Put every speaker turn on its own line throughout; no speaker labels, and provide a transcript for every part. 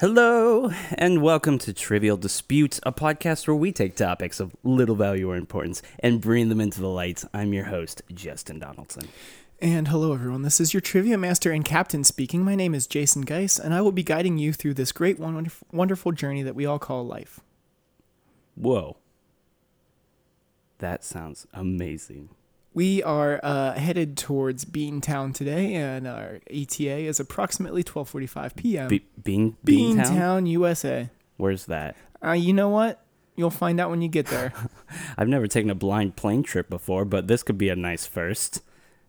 Hello, and welcome to Trivial Disputes, a podcast where we take topics of little value or importance and bring them into the light. I'm your host, Justin Donaldson.
And hello, everyone. This is your trivia master and captain speaking. My name is Jason Geis, and I will be guiding you through this great, wonderf- wonderful journey that we all call life.
Whoa. That sounds amazing.
We are uh, headed towards Beantown today, and our ETA is approximately 12:45 p.m.
Be- Bean Beantown?
Beantown, USA.
Where's that?
Uh, you know what? You'll find out when you get there.
I've never taken a blind plane trip before, but this could be a nice first.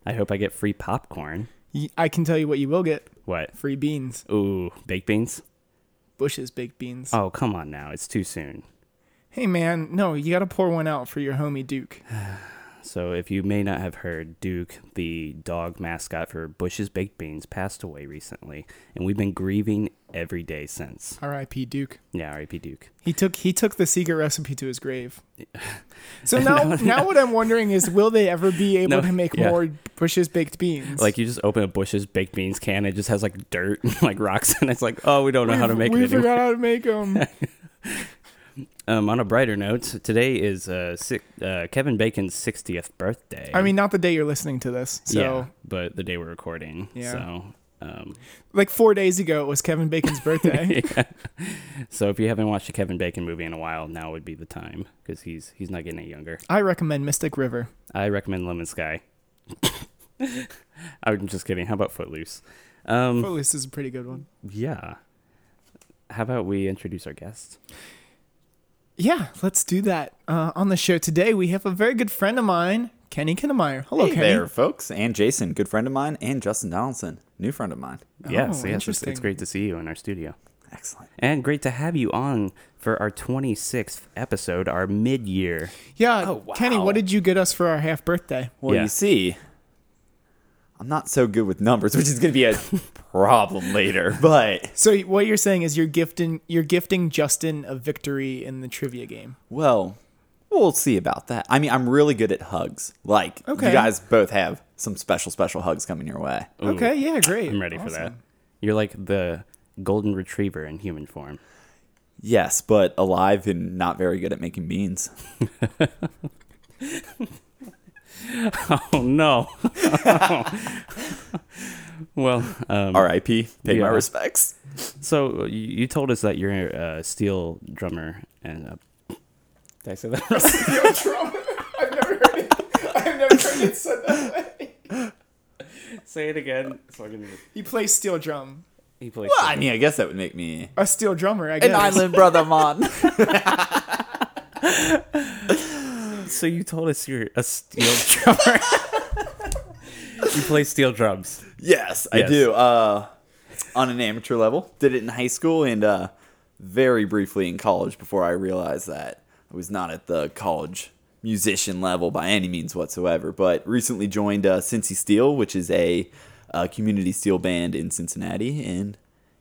I hope I get free popcorn.
Y- I can tell you what you will get:
What?
free beans,
Ooh, baked beans?
Bush's baked beans.
Oh, come on now. It's too soon.
Hey, man, no, you gotta pour one out for your homie Duke.
So, if you may not have heard, Duke, the dog mascot for Bush's Baked Beans, passed away recently, and we've been grieving every day since.
R.I.P. Duke.
Yeah, R.I.P. Duke.
He took he took the secret recipe to his grave. So now now what I'm wondering is will they ever be able
No,
to make
yeah.
more Bush's baked beans?
Like, you just open a Bush's Baked Beans can, it just has like dirt and like rocks, and it's like, oh, we don't know how to
We-
make
we
it anymore.
forgot how to make them.
Um, on a brighter note, today is uh, si- uh, Kevin Bacon's 60th birthday.
I mean, not the day you're listening to this. So
yeah, but the day we're recording.
Yeah.
So, um,
like four days ago, it was Kevin Bacon's birthday.
yeah. So if you haven't watched a Kevin Bacon movie in a while, now would be the time because he's he's not getting any younger.
I recommend Mystic River.
I recommend Lemon Sky. I'm just kidding. How about Footloose? Um,
Footloose Oh, is a pretty good one.
yeah. How about we introduce our guest?
Yeah, let's do that. Uh, on the show today, we have a very good friend of mine, Kenny Kinnemeyer. Hello,
hey
Kenny.
there, folks, and Jason, good friend of mine, and Justin Donaldson, new friend of mine.
yes, yes. It's,
interesting.
it's great to see you in our studio,
Excellent.
and great to have you on for our 26th episode, our mid-year.
Yeah,
Oh, wow.
Kenny, what did you get us for our half birthday?
Well,
Yeah.
you see, I'm not so good with numbers, which is going to be a problem later. But
So what you're saying is you're gifting you're gifting Justin a victory in the trivia game.
well, we'll see about that. I mean, I'm really good at hugs. Like
Okay.
you guys both have some special, special hugs coming your way.
Okay, yeah, great.
I'm ready for that.
Awesome.
You're like the golden retriever in human form.
Yes, but alive and not very good at making beans.
Oh no. well, um,
R.I.P. Pay
Yeah.
my respects.
so you, you told us that you're a steel drummer and uh, did I say that?
I've never heard it. I've never heard it said that way.
say it again. So I can
He plays steel drum.
he plays.
Well, I mean, I guess that would make me
A steel drummer, I guess.
an island brother, man.
So you told us you're a steel drummer. you play steel drums.
Yes, I
Yes.
do. Uh, on an amateur level, did it in high school and uh, very briefly in college before I realized that I was not at the college musician level by any means whatsoever. But recently joined uh, Cincy Steel, which is a uh, community steel band in Cincinnati, and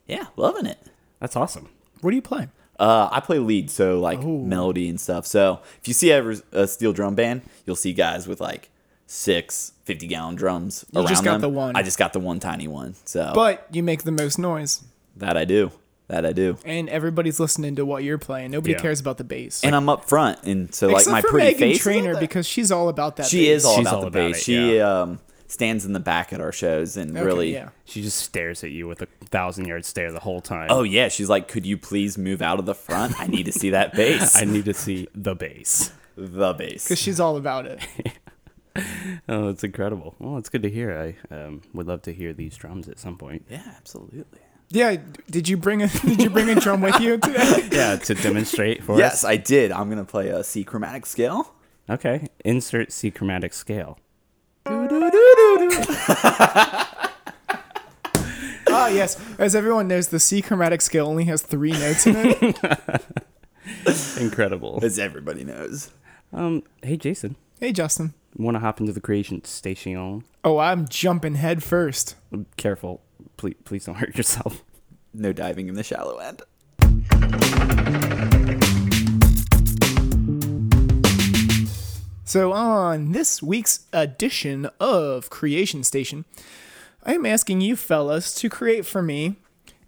yeah, loving it.
That's awesome.
What do you play?
Uh, I play lead, so like melody and stuff. So if you see ever a steel drum band, you'll see guys with like six 50 gallon drums
You
around
just got
them.
the one.
I just got the one tiny one. So
But you make the most noise,
that I do. That I do.
and everybody's listening to what you're playing. Nobody
Yeah.
cares about the bass.
And I'm up front, and so
Except
like my
for
pretty
Megan
face.
Trainer because she's all about that.
she
bass.
is all
She's
about
all
the
about
bass.
it,
she um, stands in the back at our shows and
Okay,
really.
Yeah.
She just stares at you with a thousand yard stare the whole time.
Oh yeah, she's like, could you please move out of the front? I need to see that bass.
I need to see the bass.
the bass.
Because she's all about it.
Oh, that's incredible. Well, it's good to hear. I um, would love to hear these drums at some point.
Yeah, absolutely.
Yeah. Did you bring a Did you bring a drum with you today?
Yeah, to demonstrate for us.
Yes, I did. I'm gonna play a C chromatic scale.
Okay. Insert C chromatic scale.
Ah, yes. As everyone knows, the C chromatic scale only has three notes in it.
Incredible.
as everybody knows.
Um, hey Jason,
Hey, Justin.
want to hop into the creation station?
Oh, I'm jumping head first.
Careful, please, please don't hurt yourself.
No diving in the shallow end.
So, on this week's edition of Creation Station, I am asking you fellas to create for me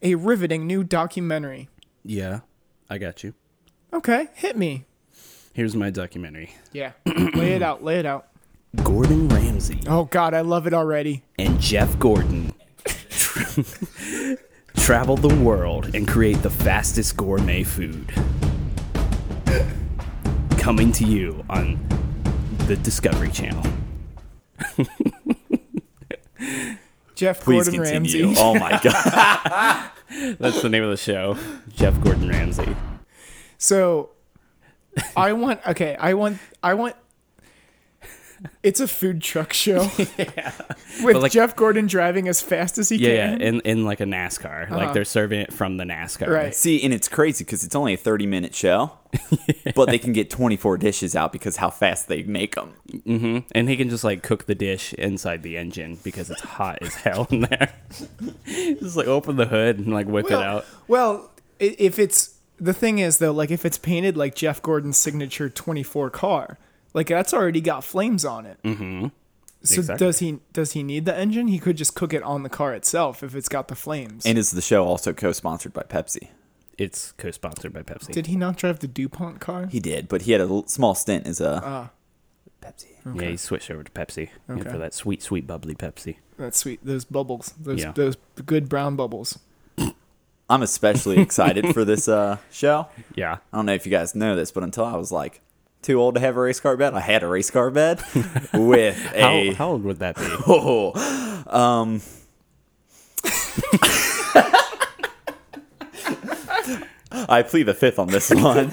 a riveting new documentary.
Yeah, I got you.
Okay, hit me.
Here's my documentary
Yeah. lay it out, lay it out.
Gordon Ramsay
Oh god, I love it already.
and Jeff Gordon tra- travel the world and create the fastest gourmet food. Coming to you on the Discovery Channel.
Jeff
Please
Gordon
continue.
Ramsay.
Oh my god.
That's the name of the show. Jeff Gordon Ramsay.
So I want okay, I want I want it's a food truck show with
like-
Jeff Gordon driving as fast as he
Yeah, yeah,
can.
in in like a NASCAR. Like they're serving it from the NASCAR.
Right.
See, and it's crazy because it's only a 30 minute show, but they can get 24 dishes out because how fast they make them.
And he can just like cook the dish inside the engine because it's hot as hell in there. just like open the hood and like whip
well,
it out.
well, i- if it's the thing is though, like if it's painted like Jeff Gordon's signature 24 car, like that's already got flames on it. Mm-hmm. So
Exactly.
does he does he need the engine? He could just cook it on the car itself if it's got the flames.
And is the show also co sponsored by Pepsi?
It's co-sponsored by Pepsi.
Did he not drive the DuPont car?
He did, Ah. but he had a l- small stint as a Pepsi.
Yeah, he switched over to Pepsi yeah,
Okay.
for that sweet, sweet bubbly Pepsi.
That's sweet. Those bubbles. Those
Yeah.
those good brown bubbles.
I'm especially excited for this uh, show.
Yeah,
I don't know if you guys know this, but until I was like too old to have a race car bed, I had a race car bed with
how,
a
how old would that be?
oh, um. I plead the fifth on this one,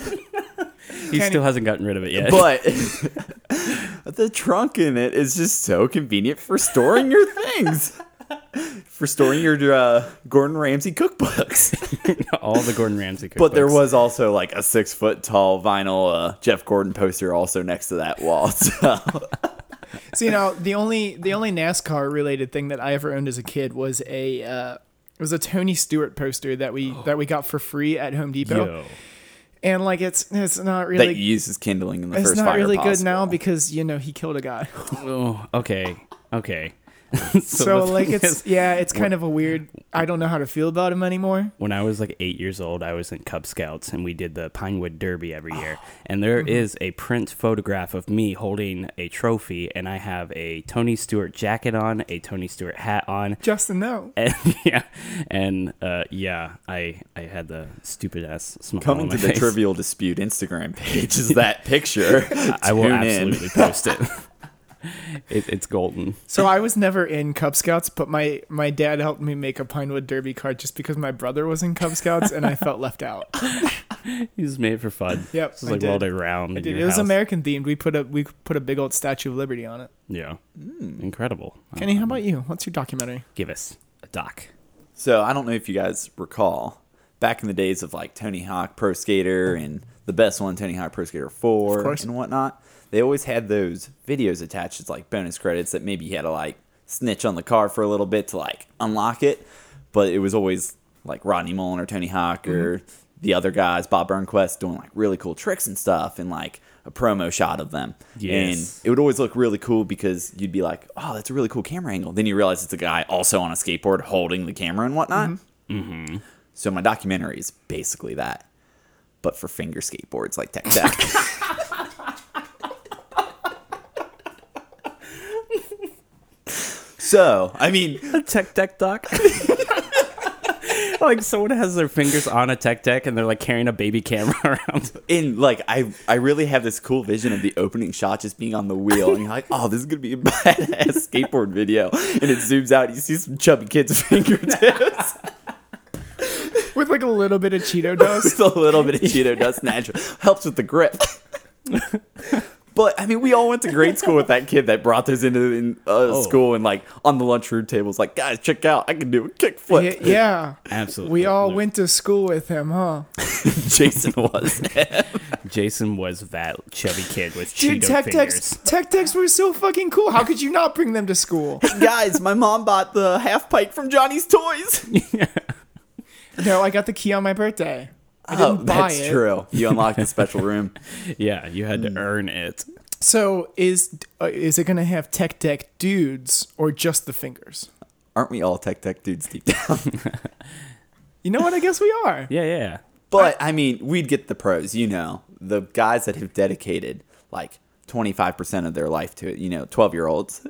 He still hasn't gotten rid of it yet.
but the trunk in it is just so convenient for storing your things, for storing your uh, Gordon Ramsay cookbooks.
All the Gordon Ramsay cookbooks.
But there was also like a six foot tall vinyl uh, Jeff Gordon poster also next to that wall. So
So you know the only the only NASCAR related thing that I ever owned as a kid was a uh, was a Tony Stewart poster that we that we got for free at Home Depot.
Yo.
And like it's it's not
that
really
uses kindling in the
it's
first
not
fire
really good
possible.
now because you know he killed a guy.
Oh, okay, okay. so
So
the
like
thing
it's
is,
yeah, it's kind of a weird. I don't know how to feel about him anymore.
when I was like eight years old, I was in Cub Scouts and we did the Pinewood Derby every year.
Oh.
And there is
Mm-hmm.
a print photograph of me holding a trophy, and I have a Tony Stewart jacket on, a Tony Stewart hat on.
Justin, no.
And yeah, and uh, yeah, I I had the stupid ass smile. on
Coming
my
to the
face.
Trivial Dispute Instagram page is that picture.
I will
Tune in.
absolutely post it. it. It's golden.
So I was never in Cub Scouts, but my my dad helped me make a Pinewood Derby card just because my brother was in Cub Scouts and I felt left out.
He just made it for fun.
Yep,
Just
I
like
did.
rolled it around. in
Dude,
your
it was
house.
American themed. We put a we put a big old Statue of Liberty on it.
Yeah.
Hmm.
Incredible.
Kenny, how about you? What's your documentary?
Give us a doc.
So I don't know if you guys recall back in the days of like Tony Hawk Pro Skater and the best one, Tony Hawk Pro Skater 4
course.
and whatnot, they always had those videos attached as like bonus credits that maybe you had to like snitch on the car for a little bit to like unlock it. But it was always like Rodney Mullen or Tony Hawk or the other guys, Bob Burnquist, doing like really cool tricks and stuff and like a promo shot of them.
Yes.
And it would always look really cool because you'd be like, oh, that's a really cool camera angle. Then you realize it's a guy also on a skateboard holding the camera and whatnot. So my documentary is basically that, but for finger skateboards like Tech Tech. so, I mean,
A tech deck doc. like someone has their fingers on a tech deck and they're like carrying a baby camera around.
in like I I really have this cool vision of the opening shot just being on the wheel and you're like, oh, this is gonna be a badass skateboard video. And it zooms out, you see some chubby kids' fingertips
With like a little bit of Cheeto dust.
with a little bit of Cheeto dust natural. Helps with the grip. But I mean, we all went to grade school with that kid that brought those into in, uh, school and like on the lunchroom tables, like guys, check out, I can do a
Y-
kickflip.
yeah.
Absolutely.
We all
No.
went to school with him, huh?
Jason was.
Jason was that chubby kid with
Dude,
Cheeto
tech
fingers.
techs, tech techs were so fucking cool. How could you not bring them to school?
guys, my mom bought the half pipe from Johnny's Toys.
No, I got the key on my birthday. I didn't
Oh,
buy
that's
it.
true. You unlocked the special room.
Yeah, you had to
Mm.
earn it.
So is uh, is it gonna have tech tech dudes or just the fingers?
Aren't we all tech tech dudes deep down?
You know what? I guess we are.
Yeah, yeah.
But I mean, we'd get the pros, you know, the guys that have dedicated like 25% of their life to it, you know, 12 year olds.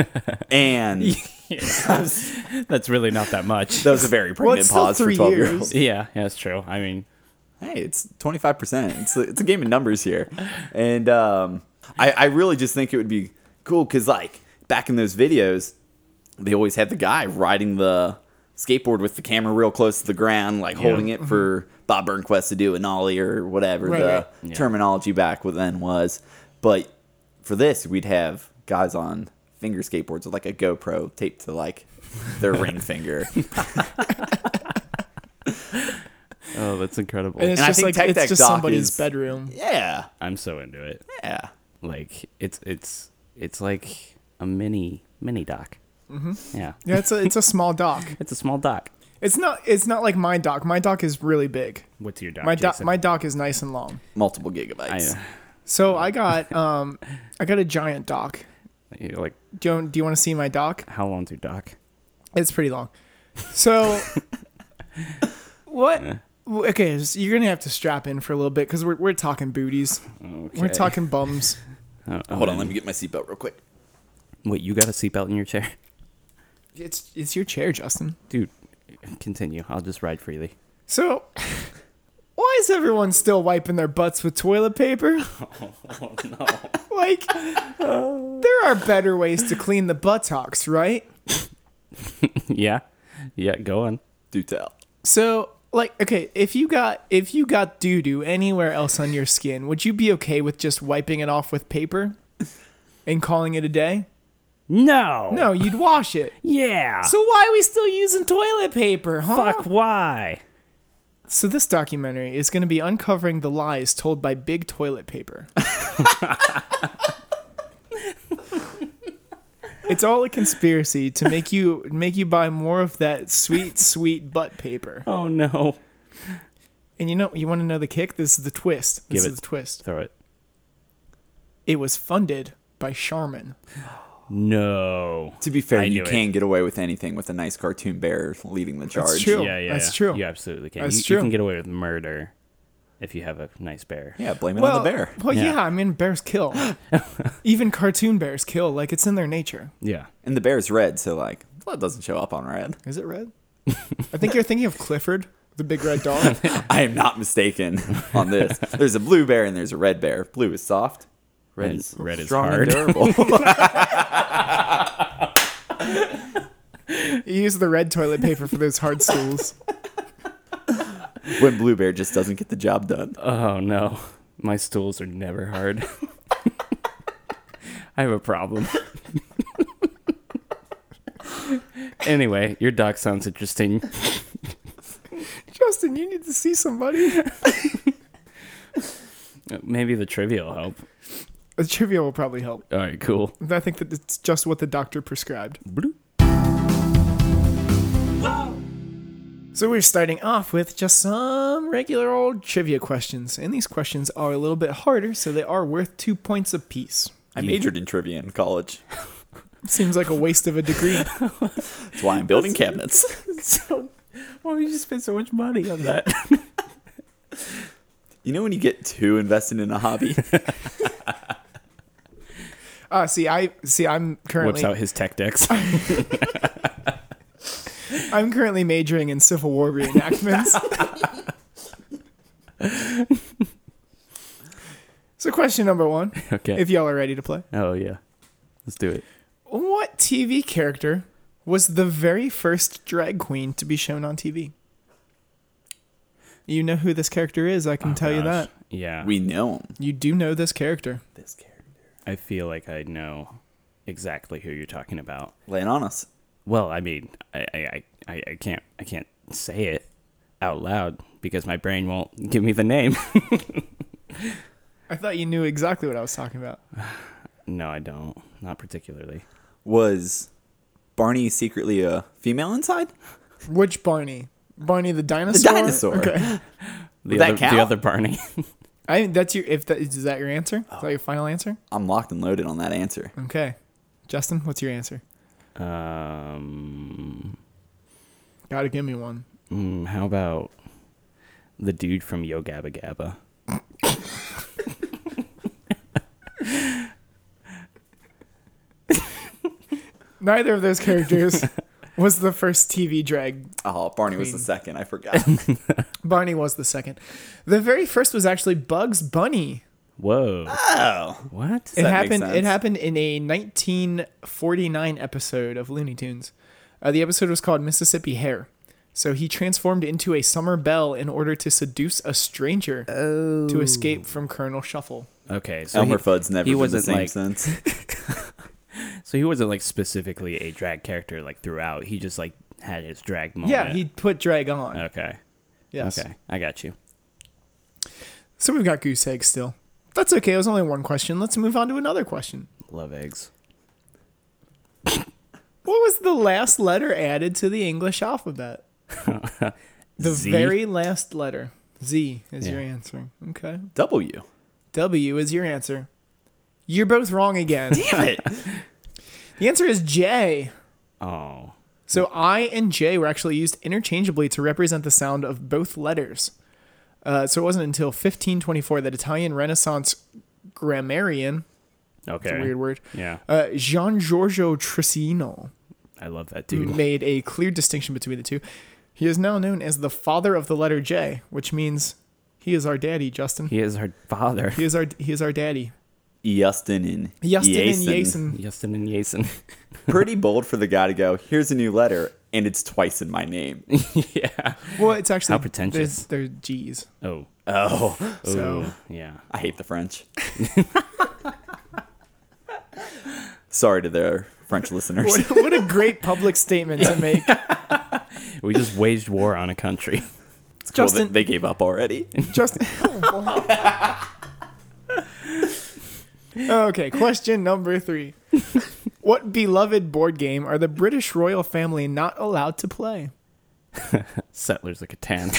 and
That's really not that much.
that was a very
Well,
pregnant
it's still
pause for
three
12 year
years.
olds.
yeah, yeah, that's true. I mean,
Hey, it's 25%. It's a, it's a game of numbers here. And um, I, I really just think it would be cool because, like, back in those videos, they always had the guy riding the skateboard with the camera real close to the ground, like holding it for Bob Burnquist to do an ollie or whatever
Mm-hmm. Right,
the
right.
Yeah.
terminology back then was. But for this, we'd have guys on finger skateboards with like a GoPro taped to like their ring finger.
oh, that's incredible.
And it's
And I
just
think
like
Tech
it's
Deck
just
Doc
somebody's
is-
bedroom.
Yeah,
I'm so into it.
yeah.
Like it's it's it's like a mini mini doc. Mm-hmm. Yeah.
Yeah, it's a it's a small dock.
It's a small doc.
It's not it's not like my dock. My dock is really big.
What's your doc?
My dock
Jason?
my dock is nice and long.
Multiple
I,
gigabytes.
So I got um I got a giant dock.
you know, like
Do you, do you want to see my dock?
how long's your doc?
It's pretty long. So what? Okay, so you're gonna have to strap in for a little bit because we're we're talking booties. We're
Okay.
talking bums.
Oh, oh,
Hold on, let me get my seatbelt real quick.
Wait, you got a seatbelt in your chair,
It's it's your chair, Justin.
dude? Continue. I'll just ride freely.
So why is everyone still wiping their butts with toilet paper? like there are better ways to clean the buttocks, right?
yeah, yeah. Go on.
Do tell.
So like okay, if you got if you got doo doo anywhere else on your skin, would you be okay with just wiping it off with paper and calling it a day?
No.
No, you'd wash it.
Yeah.
So why are we still using toilet paper, huh?
Fuck. Why?
So this documentary is going to be uncovering the lies told by big toilet paper. it's all a conspiracy to make you make you buy more of that sweet sweet butt paper.
Oh no.
And you know you want to know the kick? This is the twist. This
Give
is
it.
the twist.
Throw it.
It was funded by Charmin.
No.
To be fair,
I
you
knew it.
can get away with anything with a nice cartoon bear leading the charge.
true.
Yeah, yeah.
That's
yeah.
true.
You absolutely can.
That's
you,
true.
you can get away with murder if you have a nice bear.
Yeah, blame it
Well,
on the bear.
well, yeah.
Yeah.
I mean, bears kill. Even cartoon bears kill. Like it's in their nature.
Yeah.
And the bear's red, so like blood doesn't show up on red.
Is it red? I think you're thinking of Clifford, the big red dog.
I am not mistaken on this. There's a blue bear and there's a red bear. Blue is soft. Red
And
is
red is
strong
hard.
And durable.
You use the red toilet paper for those hard stools.
when blue bear just doesn't get the job done.
Oh no. My stools are never hard. I have a problem. anyway, your doc sounds interesting.
Justin, you need to see somebody.
Maybe the trivia will help.
The trivia will probably help.
All right, cool.
I think that it's just what the doctor prescribed.
Bloop.
So we're starting off with just some regular old trivia questions, and these questions are a little bit harder, so they are worth two points apiece.
I majored in trivia in college.
Seems like a waste of a degree.
That's why I'm building cabinets.
so, why would you spend so much money on that?
You know when you get too invested in a hobby?
Ah, see, I see. I'm
Whips
currently
out his tech decks.
I'm currently majoring in Civil War reenactments. so, question number one,
okay.
if y'all are ready to play.
oh yeah. Let's do it.
What TV character was the very first drag queen to be shown on TV? You know who this character is, I can tell you
Oh, Gosh.
that.
Yeah.
we know him.
You do know this character.
This character.
I feel like I know exactly who you're talking about.
Laying on us.
Well, I mean, I, I, I- I, I can't I can't say it out loud because my brain won't give me the name.
I thought you knew exactly what I was talking about.
no, I don't. Not particularly.
Was Barney secretly a female inside?
Which Barney? Barney the
The
dinosaur?
dinosaur.
Okay.
The
that
other,
count?
the other Barney.
I that's your if that is that your answer? Is
Oh.
that your final answer?
I'm locked and loaded on that answer.
Okay. Justin, what's your answer?
um,
Gotta give me one.
Mm, how about the dude from Yo Gabba Gabba?
Neither of those characters was the first TV drag.
Oh, Barney was the second. I forgot.
Barney was the second. The very first was actually Bugs Bunny.
Whoa.
oh,
What?
that
it
make
happened. It
sense?
happened in a 1949 episode of Looney Tunes. Uh, the episode was called Mississippi Hair. So he transformed into a summer belle in order to seduce a stranger
Oh.
to escape from Colonel Shuffle.
Okay. So
Elmer
he,
Fudd's never
he
been the
wasn't
same
like-
since.
so he wasn't like specifically a drag character like throughout. He just like had his drag moment.
Yeah, he put drag on.
Okay.
yes.
Okay. I got you.
So we've got goose egg still. That's okay. It was only one question. Let's move on to another question.
Love eggs.
What was the last letter added to the English alphabet? the
Z?
very last letter. Z is your
Yeah.
answer. Okay.
W.
W is your answer. You're both wrong again.
Damn it.
the answer is J.
Oh.
So I and J were actually used interchangeably to represent the sound of both letters. Uh, so it wasn't until 1524 that Italian Renaissance grammarian,
Okay.
it's a weird word,
Yeah.
uh, Gian Giorgio Trissino
I love that dude.
made a clear distinction between the two. He is now known as the father of the letter J, which means he is our daddy, Justin.
He is her father.
He is our he is our daddy.
Justin and
Justin and
Yason.
Jason.
Justin and Jason.
Pretty bold for the guy to go. Here's a new letter, and it's twice in my name.
yeah.
Well, it's actually
How pretentious.
They're, they're G's.
Oh.
Oh,
So
Ooh, yeah.
I hate the French. Sorry to their French listeners.
what, what a great public statement to make,
We just waged war on a country.
Well, they-
Justin.
they gave up already.
Justin. oh, okay, question number three. What beloved board game are the British royal family not allowed to play?
Settlers of Catan.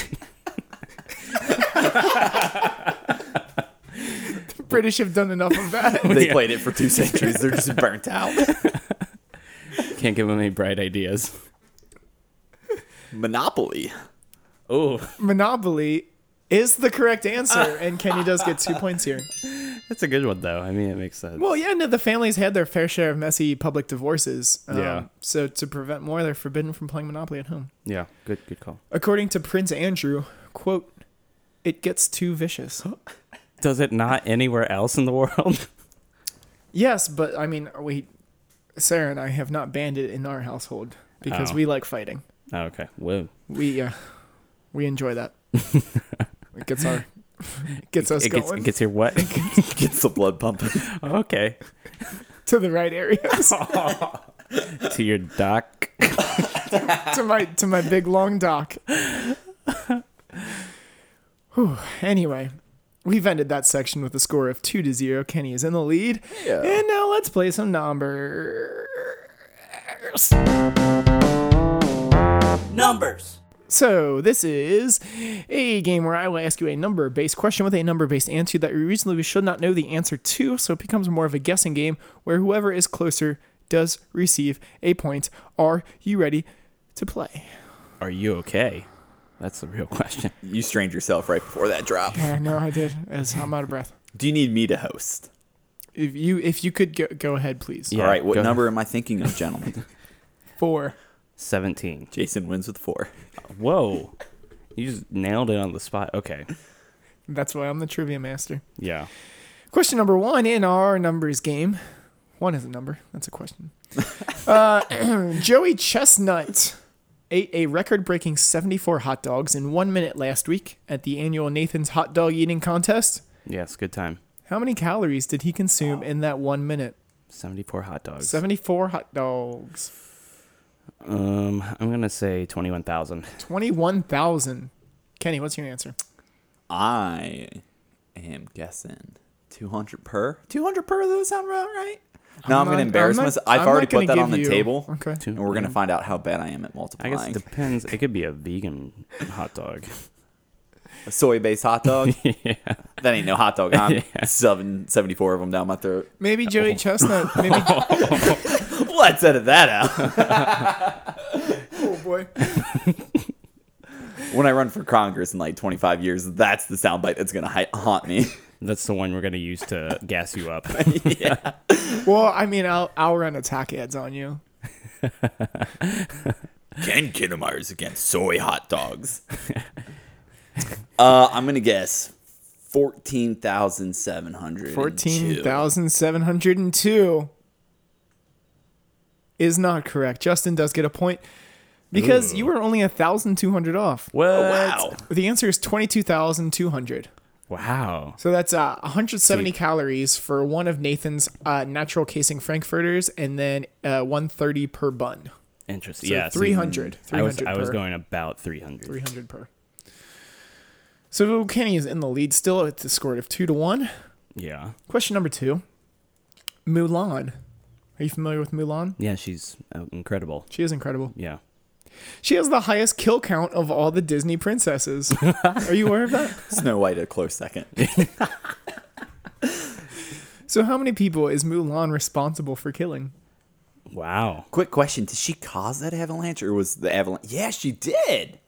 The British have done enough of that.
They played it for two centuries. They're just burnt out.
Can't give them any bright ideas.
Monopoly.
Oh,
Monopoly is the correct answer, and Kenny does get two points here.
that's a good one though. I mean, it makes sense.
Well, yeah, no, the families had their fair share of messy public divorces. Um,
Yeah.
So to prevent more, they're forbidden from playing Monopoly at home.
yeah, good, good call.
According to Prince Andrew, quote, it gets too vicious.
Does it not anywhere else in the world?
yes, but I mean, we, Sarah and I have not banned it in our household because
Oh.
we like fighting.
Oh, okay. Whoa.
We, uh, we enjoy that. it gets our, it gets us
it gets,
going
it gets here what?
Gets the blood pumping.
okay.
to the right
Oh.
areas.
to your doc.
to my to my big long dock. Whew. Anyway, we've ended that section with a score of two to zero. Kenny is in the lead,
Yeah.
and now let's play some numbers.
Numbers.
So this is a game where I will ask you a number-based question with a number-based answer that you reasonably should not know the answer to. So it becomes more of a guessing game where whoever is closer does receive a point. Are you ready to play?
Are you okay? That's the real question.
You strained yourself right before that drop.
I know I did. As I'm out of breath.
Do you need me to host?
If you if you could go, go ahead, please.
Yeah.
All right, what
go
number am I thinking of, gentlemen?
Four.
Seventeen.
Jason wins with four.
Whoa. You just nailed it on the spot. Okay.
That's why I'm the trivia master.
Yeah.
Question number one in our numbers game. One is a number. That's a question. uh, Joey Chestnut ate a record-breaking 74 hot dogs in one minute last week at the annual Nathan's Hot Dog Eating Contest.
Yes. Good time.
How many calories did he consume in that one minute?
Seventy-four hot dogs.
74 hot dogs.
Um, I'm gonna say twenty-one thousand.
21,000. Kenny, what's your answer?
I am guessing 200 per. 200 per, does that sound about right? No, I'm, going to
not-
embarrass
not-
myself. I've
I'm not
already put
gonna
that on
give
the
you-
table,
Okay.
and we're going to find out how bad I am at
I
multiplying.
guess it depends. It could be a vegan hot dog.
a soy-based hot dog? That ain't no hot dog. I'm shoving 74 of them down my throat.
Maybe Joey Chestnut. Maybe
Let's edit that out.
Oh, boy.
When I run for Congress in like 25 years, that's the soundbite that's going to hi- haunt me.
That's the one we're gonna use to gas you up.
Well, I mean, I'll I'll run attack ads on you.
Ken Kinemeyer's against soy hot dogs. uh, I'm going to guess 14,700.
Fourteen thousand seven hundred and two is not correct. Justin does get a point because you were only thousand two hundred off.
Well,
Wow.
The answer is twenty-two thousand two hundred.
wow.
So that's uh, 170 calories for one of Nathan's uh, natural casing frankfurters, and then uh, 130 per bun.
Interesting.
So
yeah, so
300.
I was
300
I was
per.
going about three hundred.
300 per. So Kenny is in the lead still at the score of two to one.
Yeah.
Question number two Mulan. Are you familiar with Mulan?
Yeah, she's uh, incredible.
She is incredible.
Yeah.
She has the highest kill count of all the Disney princesses. Are you aware of that?
Snow White a close second.
So, how many people is Mulan responsible for killing?
Wow.
Quick question: Did she cause that avalanche, or was the avalanche? Yeah, she did.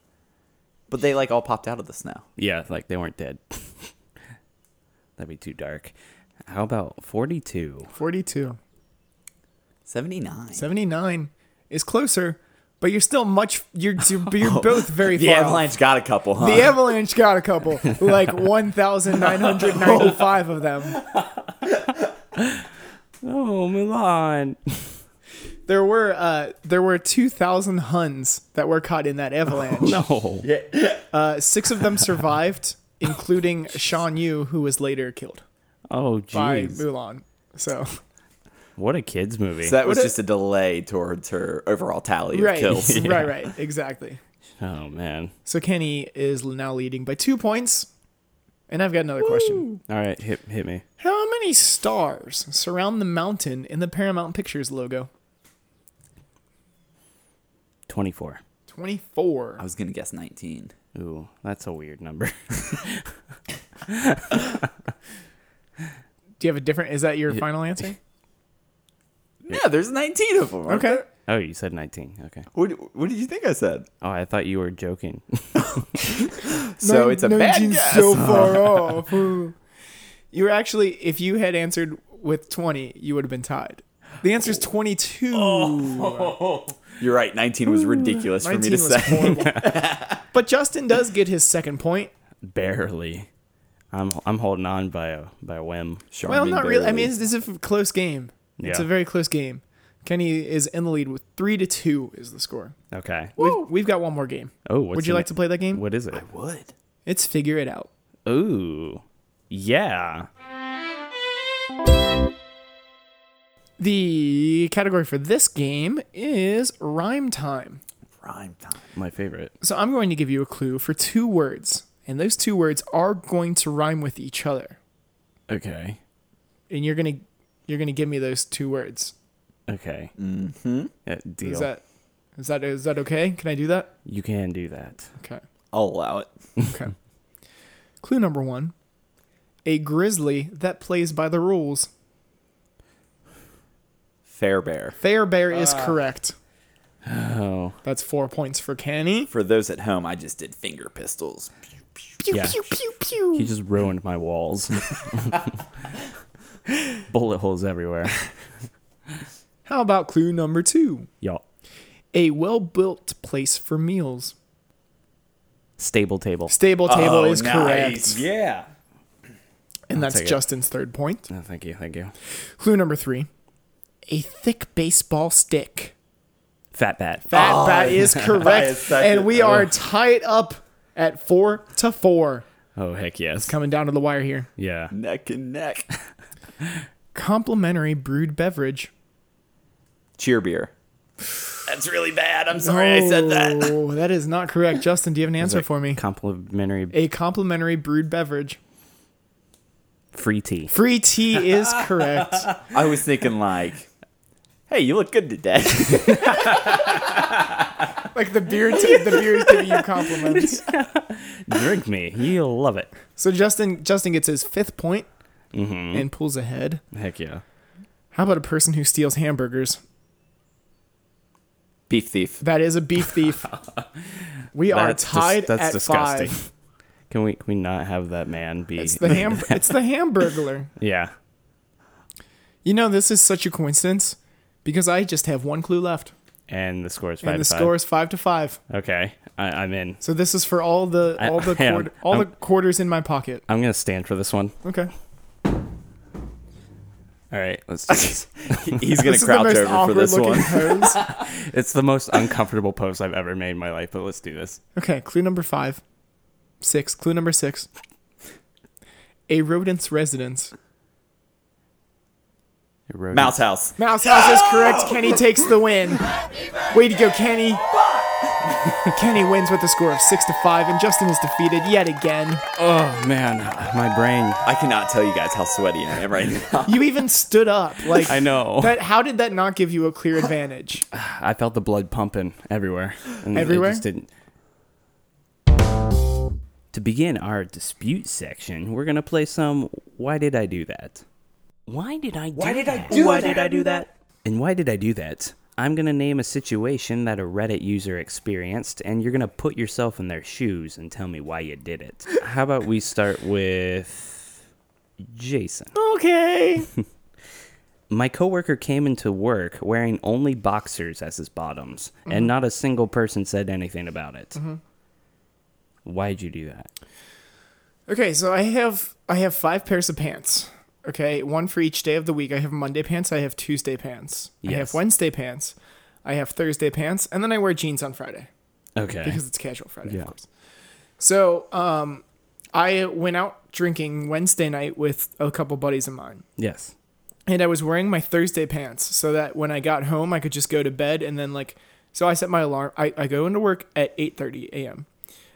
But they like all popped out of the snow.
Yeah, like they weren't dead. That'd be too dark. How about forty-two?
42.
Seventy nine.
79 is closer, but you're still much you're you're, you're both very
The
far. off.
avalanche got a couple, huh?
The Avalanche got a couple, like 1,995 of them.
Oh, Mulan.
There were uh, there were 2,000 Huns that were caught in
Oh,
that avalanche.
No.
Uh, six of them survived, including Sean Yu, who was later killed
Oh,
by
jeez.
Mulan. So
What a kids movie.
so that was
What a-
just a delay towards her overall tally of
right,
kills.
right, right, exactly.
oh man.
So Kenny is now leading by two points, and I've got another question.
All right, hit hit me.
How many stars surround the mountain in the Paramount Pictures logo?
Twenty-four.
24.
I was gonna guess nineteen.
Ooh, that's a weird number.
Do you have a different? Is that your final answer?
Yeah, there's nineteen of them.
Okay.
oh, you said nineteen. Okay.
What, what did you think I said?
Oh, I thought you were joking.
So it's a bad
19's
guess.
so far off. You were actually, if you had answered with 20, you would have been tied. The answer is
Oh.
22.
You're right. Nineteen was ridiculous for me
19
to
was
say.
horrible. but Justin does get his second point.
Barely. I'm I'm holding on by a by a whim.
Well,
Charmin
not really. I
barely.
mean, this is a close game. It's
Yeah.
a very close game. Kenny is in the lead with three to two is the score.
Okay.
We've, we've got one more game.
Oh, what's
Would you
the-
like to play that game?
What is it?
would.
It's figure it out.
Ooh. Yeah.
The category for this game is rhyme time.
Prime time.
My favorite.
So I'm going to give you a clue for two words, and those two words are going to rhyme with each other.
Okay.
And you're gonna you're gonna give me those two words.
Okay. Mm-hmm. deal.
Is that is that is that okay? Can I do that?
you can do that.
Okay.
I'll allow it.
Okay. clue number one. A grizzly that plays by the rules.
Fair bear.
Fair bear is correct.
Oh.
That's four points for Kenny.
For those at home, I just did finger pistols.
Pew
Yeah.
pew pew pew.
He just ruined my walls. Bullet holes everywhere.
How about clue number two?
Y'all.
A well built place for meals.
Stable table.
Stable table
Oh,
is
nice.
correct.
Yeah.
And that's
take it.
Justin's third point.
No, Oh, thank you. Thank you.
Clue number three a thick baseball stick.
Fat bat.
That bat is correct.
second.
and we are tied up at four to four.
Oh heck yes.
Coming down to the wire here.
Yeah.
Neck and neck.
Complimentary brewed beverage.
Cheer beer. That's really bad. I'm sorry I said that.
Oh, that is not correct. Justin, do you have an answer for me?
Complimentary
A complimentary brewed beverage.
free tea.
Free tea is correct.
I was thinking like, hey, you look good today.
like the beer, t- the beer is giving you compliments.
Drink me. You'll love it.
So Justin, Justin gets his fifth point
Mm-hmm.
and pulls ahead.
Heck yeah.
How about a person who steals hamburgers?
Beef thief.
That is a beef thief. We are
That's dis-
tied
that's
at
disgusting.
five.
Can we can we not have that man be?
It's the ham. it's the Hamburglar.
yeah.
You know, this is such a coincidence because I just have one clue left,
And the score is five.
and the
to five.
score is five to five.
Okay, I, I'm in.
So this is for all the
I-
all the
I am-
quarter, all the
I'm-
quarters in my pocket.
I'm gonna stand for this one.
Okay,
All right, let's do this.
He's gonna
this is the
crouch
most
over for
awkward
this
looking
one.
pose.
it's the most uncomfortable pose I've ever made in my life, but let's do this.
Okay, clue number five, six. Clue number six. A rodent's residence.
Eroded-
Mouse house.
Mouse House is correct. Kenny takes the win. Way to go, Kenny. Kenny wins with a score of six to five, and Justin is defeated yet again.
Oh man, my brain.
I cannot tell you guys how sweaty I am right now.
You even stood up. Like
I know.
That how did that not give you a clear advantage?
I felt the blood pumping everywhere. And it
Everywhere?
just didn't. To begin our dispute section, we're gonna play some. Why did I do that? Why did I? Do why did I do? Why did I do that? And why did I do that? I'm gonna name a situation that a Reddit user experienced, and you're gonna put yourself in their shoes and tell me why you did it. How about we start with Jason?
Okay.
My coworker came into work wearing only boxers as his bottoms, and not a single person said anything about it. Why'd you do that?
Okay, so I have I have five pairs of pants. Okay, one for each day of the week. I have Monday pants. I have Tuesday pants. I have
Yes.
Wednesday pants. I have Thursday pants, and then I wear jeans on Friday.
Okay.
because it's casual Friday,
Eh. Yeah.
of course. So um, I went out drinking Wednesday night with a couple buddies of mine,
yes.
and I was wearing my Thursday pants so that when I got home, I could just go to bed and then like. So I set my alarm. I, I go into work at eight thirty a.m.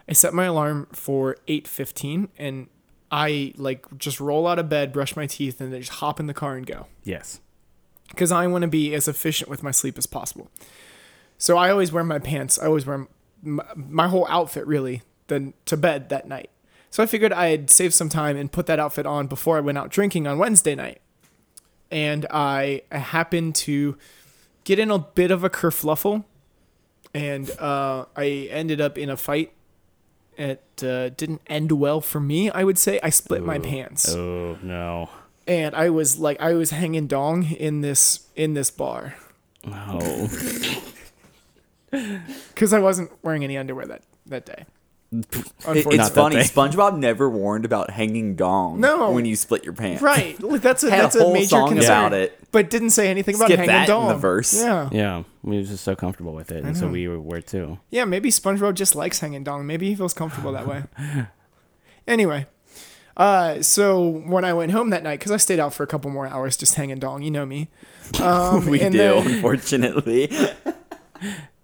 I set my alarm for eight fifteen, and I like just roll out of bed, brush my teeth, and then just hop in the car and go
Yes.
because I want to be as efficient with my sleep as possible. So I always wear my pants. I always wear my, my whole outfit really then to bed that night. So I figured I'd save some time and put that outfit on before I went out drinking on Wednesday night. And I happened to get in a bit of a kerfluffle, and uh, I ended up in a fight. It uh, didn't end well for me. I would say I split my pants
Oh no.
and I was like I was hanging dong in this in this bar
No.
because I wasn't wearing any underwear that that day.
It-
Unfortunately.
it's
Not that
funny.
day.
SpongeBob never warned about hanging dong.
No.
When you split your pants.
right. Like, that's a
Had a
that's a,
whole
major
song
concern
about it.
but didn't say anything about
Skip
hanging
that in
dong.
the verse.
Yeah,
yeah, we were just so comfortable with it, and so we were, were too.
yeah. Maybe SpongeBob just likes hanging dong. Maybe he feels comfortable that way. Anyway. Uh, so when I went home that night, because I stayed out for a couple more hours just hanging dong, you know me. Um,
We
and
do,
then-
unfortunately.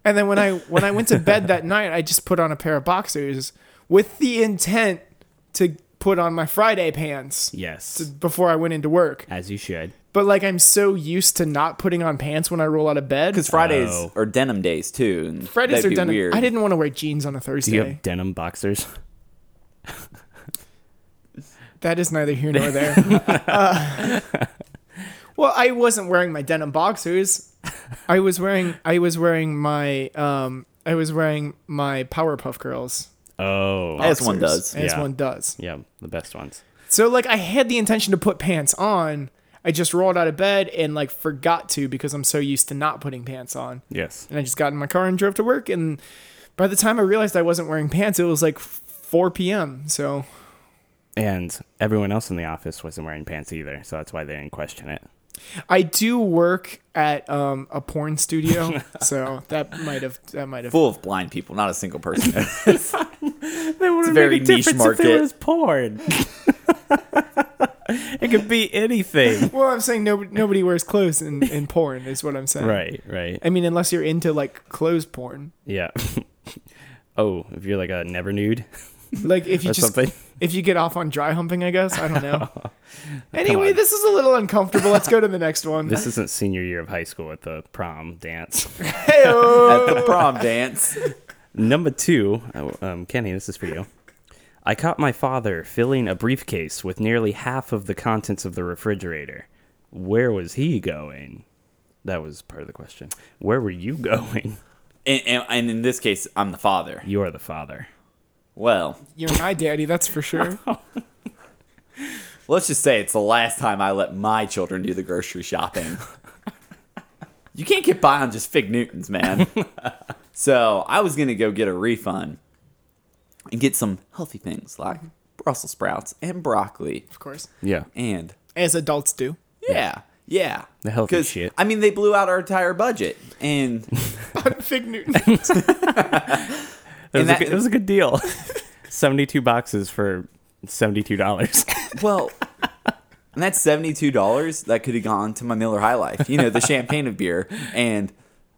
And then when I when I went to bed that night, I just put on a pair of boxers with the intent to put on my Friday pants
Yes.
before I went into work.
As you should.
But like I'm so used to not putting on pants when I roll out of bed.
Because Fridays
Oh.
are denim days too. And
Fridays
that'd
are
be
done.
Weird.
I didn't want to wear jeans on a
Do
Thursday.
you have denim boxers?
That is neither here nor there. Uh, well, I wasn't wearing my denim boxers. I was wearing I was wearing my um I was wearing my Powerpuff Girls.
Oh.
As one
boxers,
does.
As
Yeah.
one does.
yeah, the best ones.
So like I had the intention to put pants on. I just rolled out of bed and like forgot to because I'm so used to not putting pants on.
Yes.
And I just got in my car and drove to work and by the time I realized I wasn't wearing pants, it was like 4 p.m. So
And everyone else in the office wasn't wearing pants either, so that's why they didn't question it.
I do work at um, a porn studio, so that might have that might have
Full of blind people, not a single person.
They would
a very niche market.
porn. it could be anything.
Well, I'm saying nobody nobody wears clothes in, in porn is what I'm saying.
Right, right.
I mean, unless you're into like clothes porn.
Yeah. oh, if you're like a never nude
Like if you
or
just
something.
if you get off on dry humping, I guess. I don't know. anyway, this is a little uncomfortable. Let's go to the next one.
This isn't senior year of high school at the prom dance.
Heyo.
at the prom dance.
Number two, oh, um, Kenny, this is for you. I caught my father filling a briefcase with nearly half of the contents of the refrigerator. Where was he going? That was part of the question. Where were you going?
and, and, and in this case, I'm the father.
You are the father.
Well,
You're my daddy, that's for sure.
let's just say it's the last time I let my children do the grocery shopping. you can't get by on just fig Newtons, man. so I was gonna go get a refund and get some healthy things like Brussels sprouts and broccoli,
Of course.
Yeah.
and
As adults do.
yeah, yeah,
The healthy
'Cause,
shit.
I mean, they blew out our entire budget, and
Fig Newton.
It was,
that-
a, good, it was a good deal. 72 boxes for $72.
Well, and that's seventy two dollars that could have gone to my Miller High Life. You know, the champagne of beer and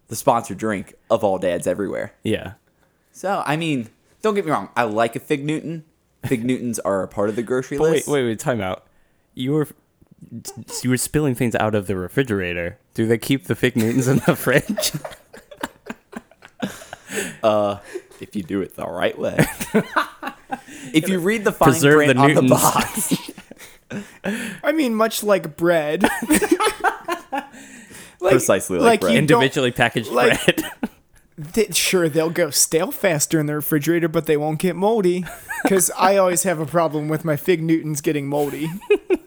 the sponsored drink of all dads everywhere.
yeah.
So I mean, don't get me wrong, I like a fig Newton. Fig Newtons are a part of the grocery
But wait,
list.
wait, wait, time out. You were you were spilling things out of the refrigerator. Do they keep the fig Newtons in the fridge?
If you do it the right way. if you read the fine
Preserve
print
the
on the
Newtons.
box.
I mean, much like bread. Like-
Precisely like bread.
you don't-
Individually packaged
like-
bread.
They- sure, they'll go stale faster in the refrigerator, but they won't get moldy. Because I always have a problem with my fig Newtons getting moldy.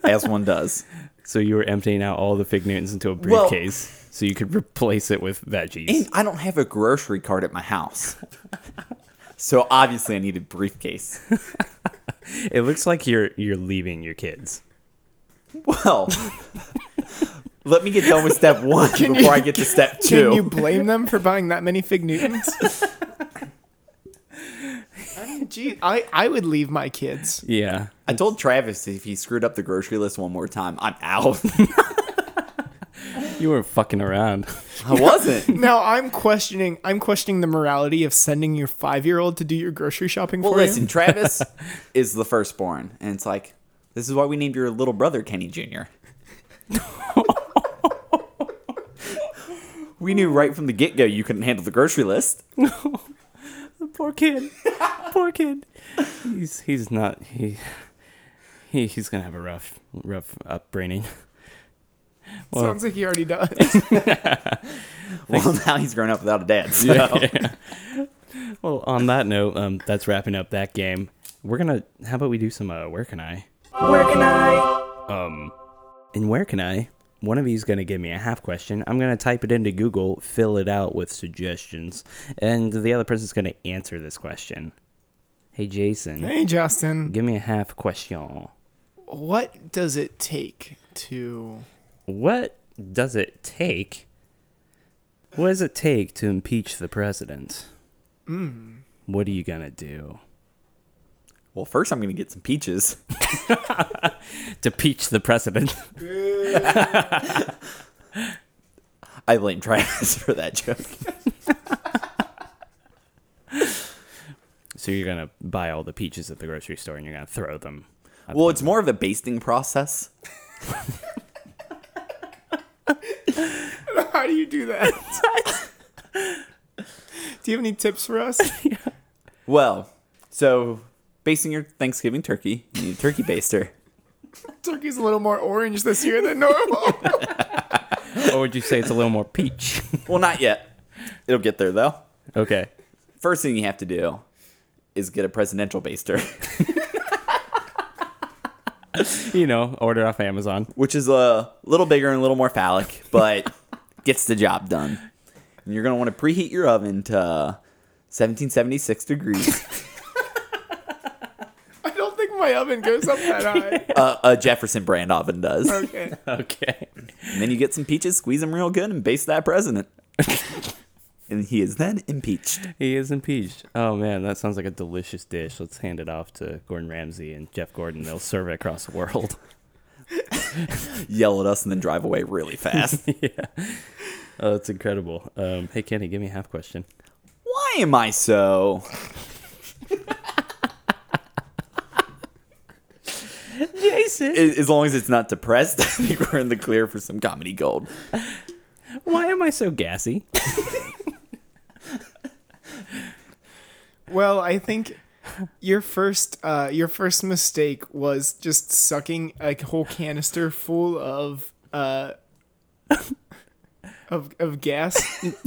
As one does.
so you were emptying out all the fig Newtons into a
Well-
briefcase so you could replace it with veggies.
And I don't have a grocery cart at my house. So obviously I need a briefcase.
it looks like you're you're leaving your kids.
Well, let me get done with step one before I get to step two.
Can you blame them for buying that many fig Newtons? I mean, gee, I, I would leave my kids.
Yeah.
I told Travis if he screwed up the grocery list one more time, I'm out.
You were fucking around.
I wasn't.
Now I'm questioning I'm questioning the morality of sending your five year old to do your grocery shopping
Well,
for
listen,
you.
Travis is the firstborn, and it's like this is why we named your little brother Kenny Jr. we knew right from the get go you couldn't handle the grocery list.
Poor kid. Poor kid. He's he's not he, he he's gonna have a rough rough upbringing. Well,
Sounds like he already does.
Well, now he's grown up without a dad. So.
well, on that note, um, that's wrapping up that game. We're gonna. How about we do some? Uh, where can I?
Where can I?
Um, and where can I? One of you's gonna give me a half question. I'm gonna type it into Google, fill it out with suggestions, and the other person's gonna answer this question. Hey, Jason,
hey Justin.
give me a half question.
What does it take to
What does it take? What does it take to impeach the president? Mm. What are you gonna do
Well, first I'm going to get some peaches.
to peach the president?
I blame Travis for that joke.
So you're gonna buy all the peaches at the grocery store and you're gonna throw them.
Well, it's more of a basting process.
How do you do that? do you have any tips for us?
Well, so basting your Thanksgiving turkey, you need a turkey baster.
Turkey's a little more orange this year than normal.
or would you say it's a little more peach?
well, not yet. It'll get there though.
okay.
First thing you have to do is get a presidential baster,
You know, order off Amazon.
which is a little bigger and a little more phallic, but gets the job done. And you're going to want to preheat your oven to 1776 degrees.
I don't think my oven goes up that high.
uh, a Jefferson brand oven does.
Okay.
Okay.
And then you get some peaches, squeeze them real good, and baste that president. and he is then impeached.
He is impeached. Oh man, that sounds like a delicious dish. Let's hand it off to Gordon Ramsay and Jeff Gordon. They'll serve it across the world.
Yell at us and then drive away really fast.
Oh, that's incredible. Um, hey Kenny, give me a half question.
Why am I so?
Jason,
As as long as it's not depressed, I think we're in the clear for some comedy gold.
why am I so gassy?
Well, I think your first uh, your first mistake was just sucking a whole canister full of uh, of of gas.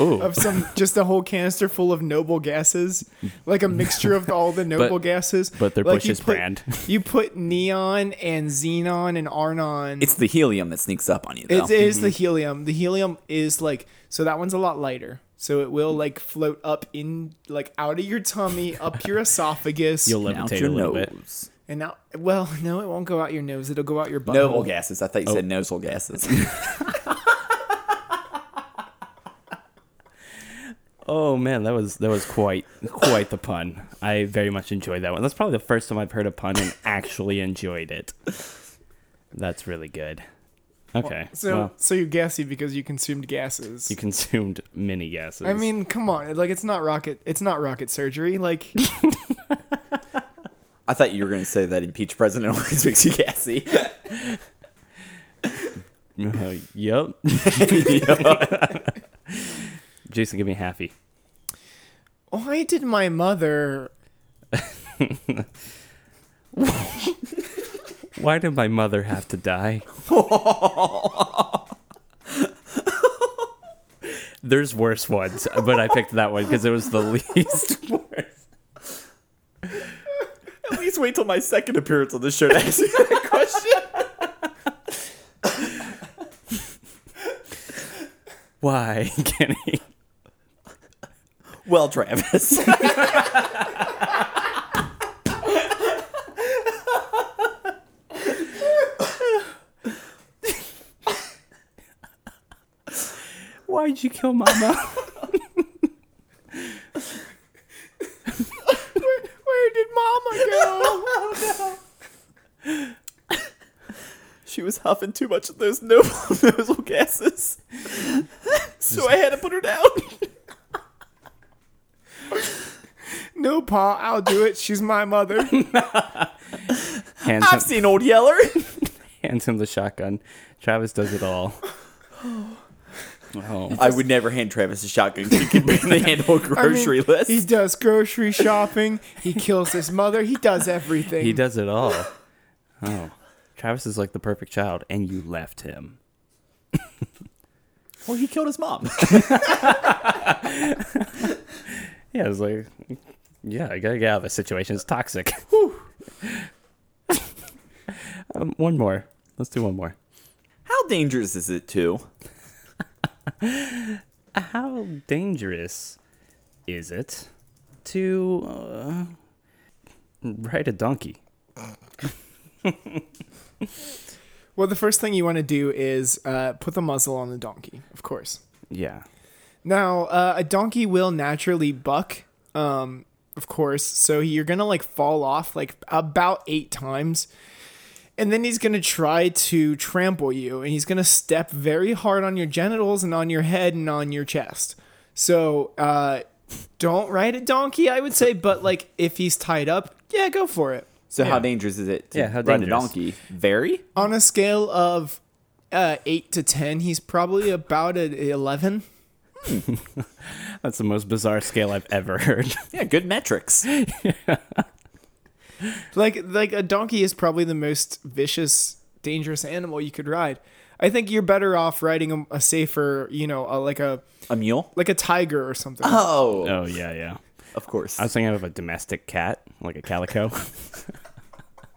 Ooh,
of some just a whole canister full of noble gases, like a mixture of all the noble gases.
but they're
like you
Bush's
put-
brand.
You put neon and xenon and arnon.
It's the helium that sneaks up on you, though.
It is the helium. The helium is like so that one's a lot lighter. So it will like float up in like out of your tummy, up your esophagus,
you'll
Out
levitate a
your
little bit.
nose.
and now well, no, it won't go out your nose. It'll go out your butt.
Noble gases. I thought you said nasal gases.
Oh man, that was that was quite quite the pun. I very much enjoyed that one. That's probably the first time I've heard a pun and actually enjoyed it. That's really good. Okay,
So
well,
so you're gassy because you consumed gases.
you consumed many gases.
I mean, come on, like it's not rocket. It's not rocket surgery. Like
I thought you were going to say that impeach president always makes you gassy.
Uh, yep. Jason, give me happy.
why did my mother?
Why did my mother have to die? There's worse ones, but I picked that one because it was the least worse.
Please wait till my second appearance on this show to ask you that question.
Why, Kenny?
Well, Travis.
Why'd you kill Mama?
Where did Mama go?
she was huffing too much of those noble nasal gases. So I had to put her down.
no, Pa, I'll do it. She's my mother.
Hands him,
I've seen Old Yeller.
hands him the shotgun. Travis does it all. Oh,
I would never hand Travis a shotgun. 'cause He could barely handle a
I mean,
grocery
He
list.
does grocery shopping. He kills his mother. He does everything.
he does it all. Oh, Travis is like the perfect child, and you left him.
Well, he killed his mom.
Yeah, it's like, yeah, I gotta get out of this situation. It's toxic. um, one more. Let's do one more.
How dangerous is it to?
How dangerous is it to uh, ride a donkey?
Well, the first thing you want to do is uh, put the muzzle on the donkey, of course.
Yeah.
Now, uh, a donkey will naturally buck, um, of course. So you're gonna like fall off like about eight times, and then he's gonna try to trample you, and he's gonna step very hard on your genitals and on your head and on your chest. So uh, don't ride a donkey, I would say. But like, if he's tied up, yeah, go for it.
So how dangerous is it to
Yeah, how
ride a
dangerous?
donkey? Very.
On a scale of uh, eight to ten, he's probably about an eleven.
That's the most bizarre scale I've ever heard.
Yeah, good metrics.
like like a donkey is probably the most vicious dangerous animal you could ride i think you're better off riding a, a safer you know a, like a
A mule.
like a tiger or something
Oh,
oh, yeah, yeah.
of course.
I was thinking of a domestic cat, like a calico.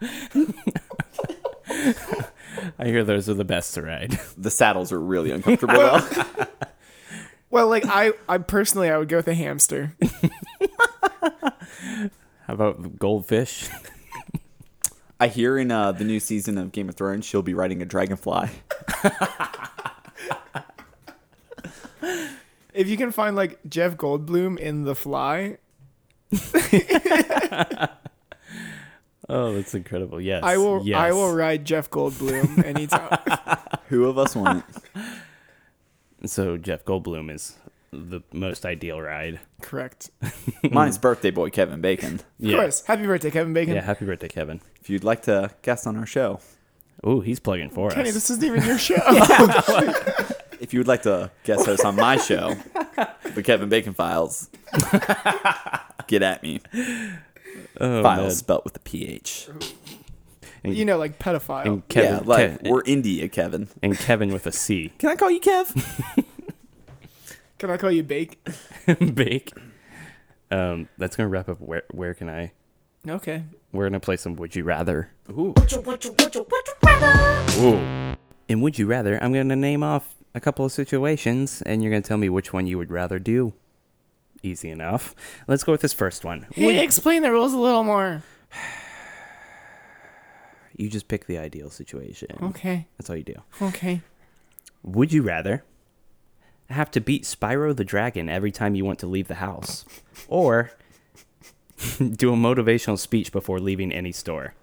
I hear those are the best to ride.
the saddles are really uncomfortable. though.
well like i i personally i would go with a hamster
How about goldfish?
I hear in uh, the new season of Game of Thrones, she'll be riding a dragonfly.
if you can find like jeff goldblum in the fly
Oh, that's incredible. Yes.
i will
Yes.
i will ride jeff goldblum anytime
Who of us want it?
So Jeff Goldblum is the most ideal ride.
correct of
Mine's birthday boy Kevin Bacon.
Yeah.
course happy birthday kevin bacon
Yeah. Happy birthday, Kevin.
If you'd like to guest on our show,
Oh, he's plugging for
Kenny,
us.
this isn't even your show.
if you would like to guest host on my show, the Kevin Bacon Files, get at me.
oh,
Files
man.
spelt with a ph.
you know, like pedophile.
And Kevin.
yeah, like
Ke-
we're India, Kevin.
and Kevin with a C.
Can I call you Kev?
Can I call you Bake?
Bake. Um, that's gonna wrap up. Where where can I?
Okay.
We're gonna play some Would You Rather.
Ooh.
Ooh. In Would You Rather, I'm gonna name off a couple of situations, and you're gonna tell me which one you would rather do. Easy enough. Let's go with this first one. Would-
explain the rules a little more.
you just pick the ideal situation.
Okay.
That's all you do.
Okay.
Would you rather have to beat Spyro the Dragon every time you want to leave the house, or do a motivational speech before leaving any store?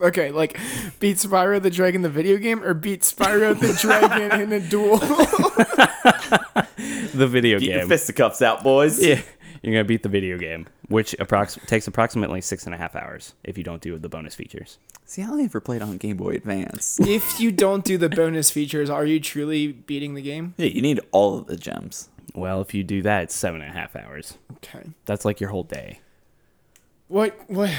Okay, like beat Spyro the Dragon the video game or beat Spyro the Dragon in a duel.
The video
Get your
game.
fisticuffs out, boys.
Yeah, you're gonna beat the video game, which approx- takes approximately six and a half hours if you don't do the bonus features.
See, I only ever played on Game Boy Advance.
if you don't do the bonus features, are you truly beating the game?
yeah, you need all of the gems.
Well, if you do that, it's seven and a half hours.
Okay.
That's like your whole day.
What what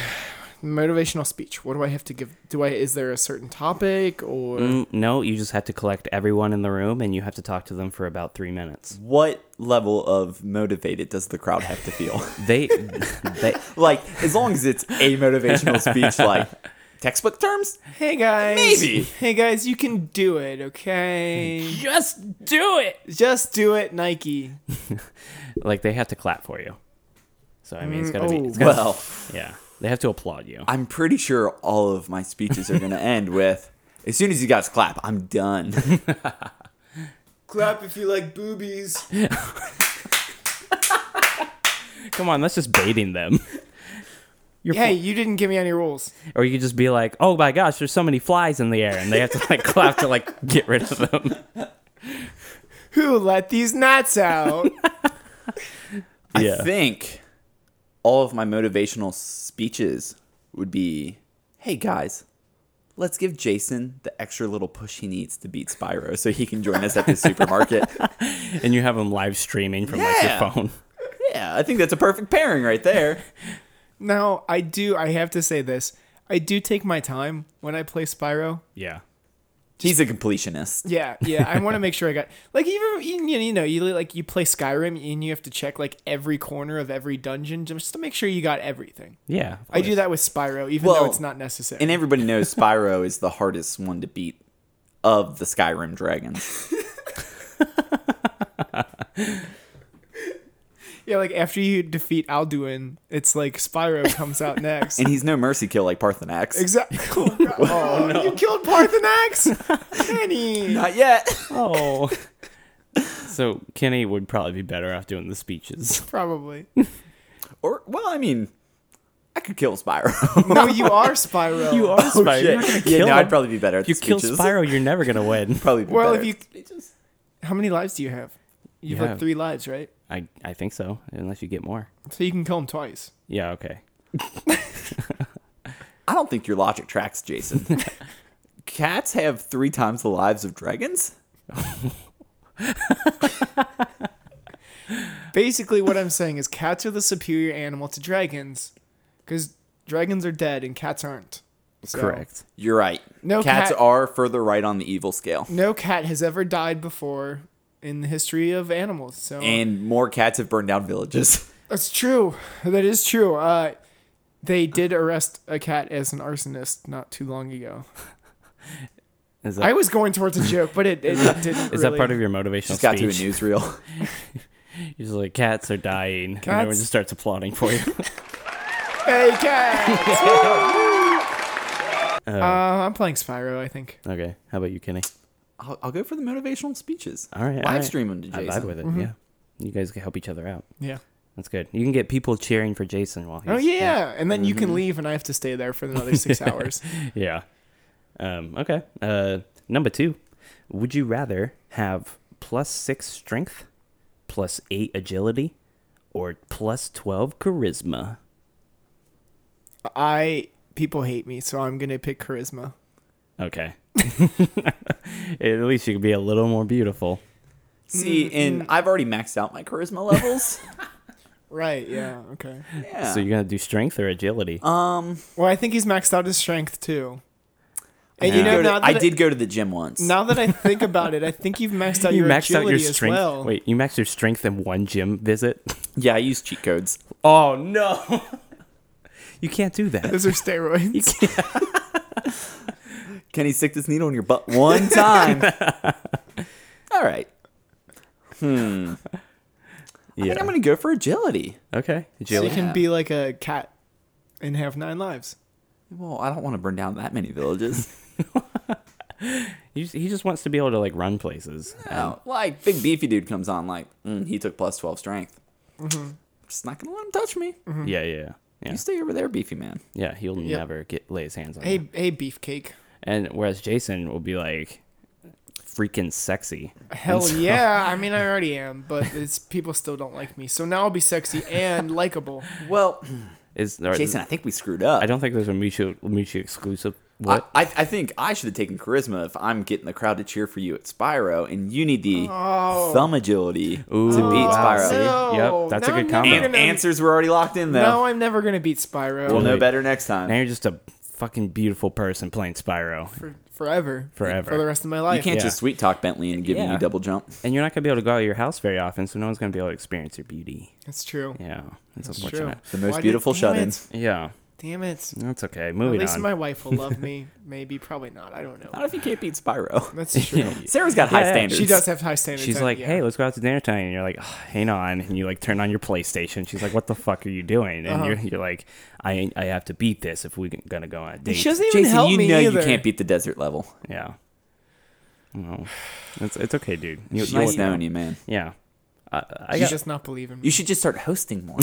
motivational speech? What do I have to give? Do I is there a certain topic or
Mm, no, you just have to collect everyone in the room, and you have to talk to them for about three minutes.
What level of motivated does the crowd have to feel?
They, they
like, as long as it's a motivational speech, like textbook terms,
Hey guys.
Maybe.
Hey guys, you can do it, okay?
just do it.
Just do it, Nike.
like they have to clap for you. So I mean, it's gotta
oh.
be. It's gotta,
well,
yeah, they have to applaud you.
I'm pretty sure all of my speeches are going to end with, as soon as you guys clap, I'm done.
Clap if you like boobies.
Come on, that's just baiting them. You're
Hey,
fu-
you didn't give me any rules.
or you could just be like, "Oh my gosh, there's so many flies in the air," and they have to like clap to like get rid of them.
Who let these gnats out?
Yeah.
I think all of my motivational speeches would be, "Hey guys, let's give Jason the extra little push he needs to beat Spyro so he can join us at the supermarket."
And you have them live streaming from like your
Yeah.
phone.
yeah, I think that's a perfect pairing right there.
now, I do, I have to say this. I do take my time when I play Spyro.
Yeah.
He's a completionist.
Yeah, yeah. I want to make sure I got like even you you know you like you play Skyrim and you have to check like every corner of every dungeon just to make sure you got everything.
Yeah. of
I do
course.
that with Spyro, even
Well,
though it's not necessary.
And everybody knows Spyro is the hardest one to beat of the Skyrim dragons.
Yeah, like after you defeat Alduin, it's like Spyro comes out next.
And he's no mercy kill like Parthenax.
exactly. Oh, God. Oh, You killed Parthenax, Kenny.
Not yet.
Oh. so Kenny would probably be better off doing the speeches.
Probably.
Or well, I mean, I could kill Spyro. Oh,
No, you are Spyro. You
are Spyro. You're not gonna
yeah,
kill
no,
him.
I'd probably be better. At
If you
the
kill
speeches.
Spyro, you're never gonna win.
probably. Be
Well,
better
if you,
at
how many lives do you have? You've
Yeah.
like three lives, right?
I I think so, unless you get more.
So you can kill him twice.
Yeah. Okay.
I don't think your logic tracks, Jason. Cats have three times the lives of dragons.
Basically, what I'm saying is cats are the superior animal to dragons, because dragons are dead and cats aren't. So,
Correct.
You're right.
No
cats
cat-
are further right on the evil scale,
No cat has ever died before in the history of animals. So
and more cats have burned down villages.
That's true. That is true. Uh, they did arrest a cat as an arsonist not too long ago.
Is that,
I was going towards a joke, but it, it didn't.
is that part of your motivational
Just got to a
speech?
newsreel.
You're just like cats are dying, and
Cats-
everyone just starts applauding for you.
Hey, cat! uh, I'm playing Spyro. I think
okay, how about you, Kenny?
I'll, I'll go for the motivational speeches.
All right,
live
all right.
stream them to
I
Jason. Mm-hmm.
vibe with it. Yeah, you guys can help each other out.
yeah.
That's good. You can get people cheering for Jason while he's.
Oh yeah, and then you can leave, and I have to stay there for another six hours.
yeah. Um, okay. Uh, number two, would you rather have plus six strength, plus eight agility, or plus twelve charisma?
I people hate me, so I'm gonna pick charisma.
Okay. At least you can be a little more beautiful.
See, and I've already maxed out my charisma levels.
Right? Yeah. Okay.
yeah.
So you're gonna do strength or agility?
um,
Well, I think he's maxed out his strength too. And
I
you
did
know,
go to-
now that
I did go to the gym once.
Now that I think about it, I think you've maxed out
You
your
maxed out
agility
your
as
strength.
well.
Wait, you maxed your strength in one gym visit?
Yeah, I use cheat codes.
Oh no. you can't do that.
Those are steroids.
Can he stick this needle in your butt one time? All right. I
Yeah.
think I'm gonna go for agility.
okay.
so you
Agility.
can
Yeah.
be like a cat and have nine lives.
Well, I don't want to burn down that many villages.
He just, he just wants to be able to like run places.
No, Um, like big beefy dude comes on, like mm, he took plus twelve strength. Just not gonna let him touch me.
Yeah, yeah, yeah. Yeah.
You stay over there, beefy man.
Yeah, he'll never get lay his hands on you.
Hey, hey, beefcake.
And whereas Jason will be like freaking sexy.
Hell yeah. I mean, I already am, but it's people still don't like me. So now I'll be sexy and likable.
Well,
Is or-
Jason, I think we screwed up.
I don't think there's a mutual mutually exclusive what?
I, I, I think I should have taken charisma if I'm getting the crowd to cheer for you at Spyro, and you need the
Oh.
thumb agility to beat Spyro.
wow. See? Yep,
No,
that's a
now
good
I'm never
combo.
And
gonna-
answers were already locked in, though.
No, I'm never gonna beat Spyro
we'll know
Wait.
better next time.
Now you're just a fucking beautiful person playing Spyro.
for, forever.
Forever.
For the rest of my
You
life.
can't
Yeah.
just sweet talk Bentley and give
Yeah.
you a double jump.
And you're not gonna be able to go out of your house very often, so no one's gonna be able to experience your beauty.
That's true.
Yeah. That's,
It's true.
unfortunate.
The most
Why did-
beautiful
damn
shut in.
it,
Yeah.
Damn it.
That's okay.
At
Moving
least
on.
my wife will love me. Maybe, probably not. I don't know.
Not if you can't beat Spyro.
That's true.
Sarah's got high
Yeah,
standards.
She does have high standards.
She's
I-
like,
yeah.
"Hey, let's go out to dinner tonight," and you're like, "Ugh, "Hang on," and you like turn on your PlayStation. She's like, "What the fuck are you doing?" And you're, you're like, "I I have to beat this if we're gonna go on a date."
she doesn't even
Jason,
help
you
me
know
either.
you can't beat the desert level.
Yeah. No, it's it's okay, dude. You,
It's
you'll
nice
know.
knowing you, man.
Yeah. I, I
She's
got,
just not believing
You
me.
should just start hosting more.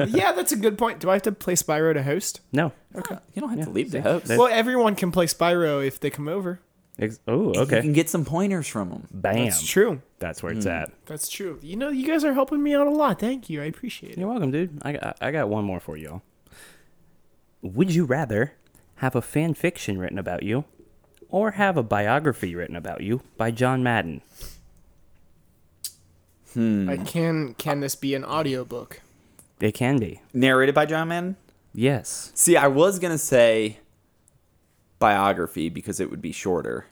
yeah, that's a good point. Do I have to play Spyro to host?
no.
okay. You don't have
Yeah.
to leave
See,
to host.
that-
Well, everyone can play Spyro if they come over.
Ex- oh,
You
okay.
can Mm. get some pointers from them.
Bam.
That's true.
That's where it's at.
That's true. You know, you guys are helping me out a lot. Thank you. I appreciate it.
You're welcome, dude. I got, I got one more for y'all. Would you rather have a fan fiction written about you or have a biography written about you by John Madden?
Hmm.
I can can this be an audiobook?
It can be.
Narrated by John Madden?
Yes.
See, I was gonna say biography because it would be shorter.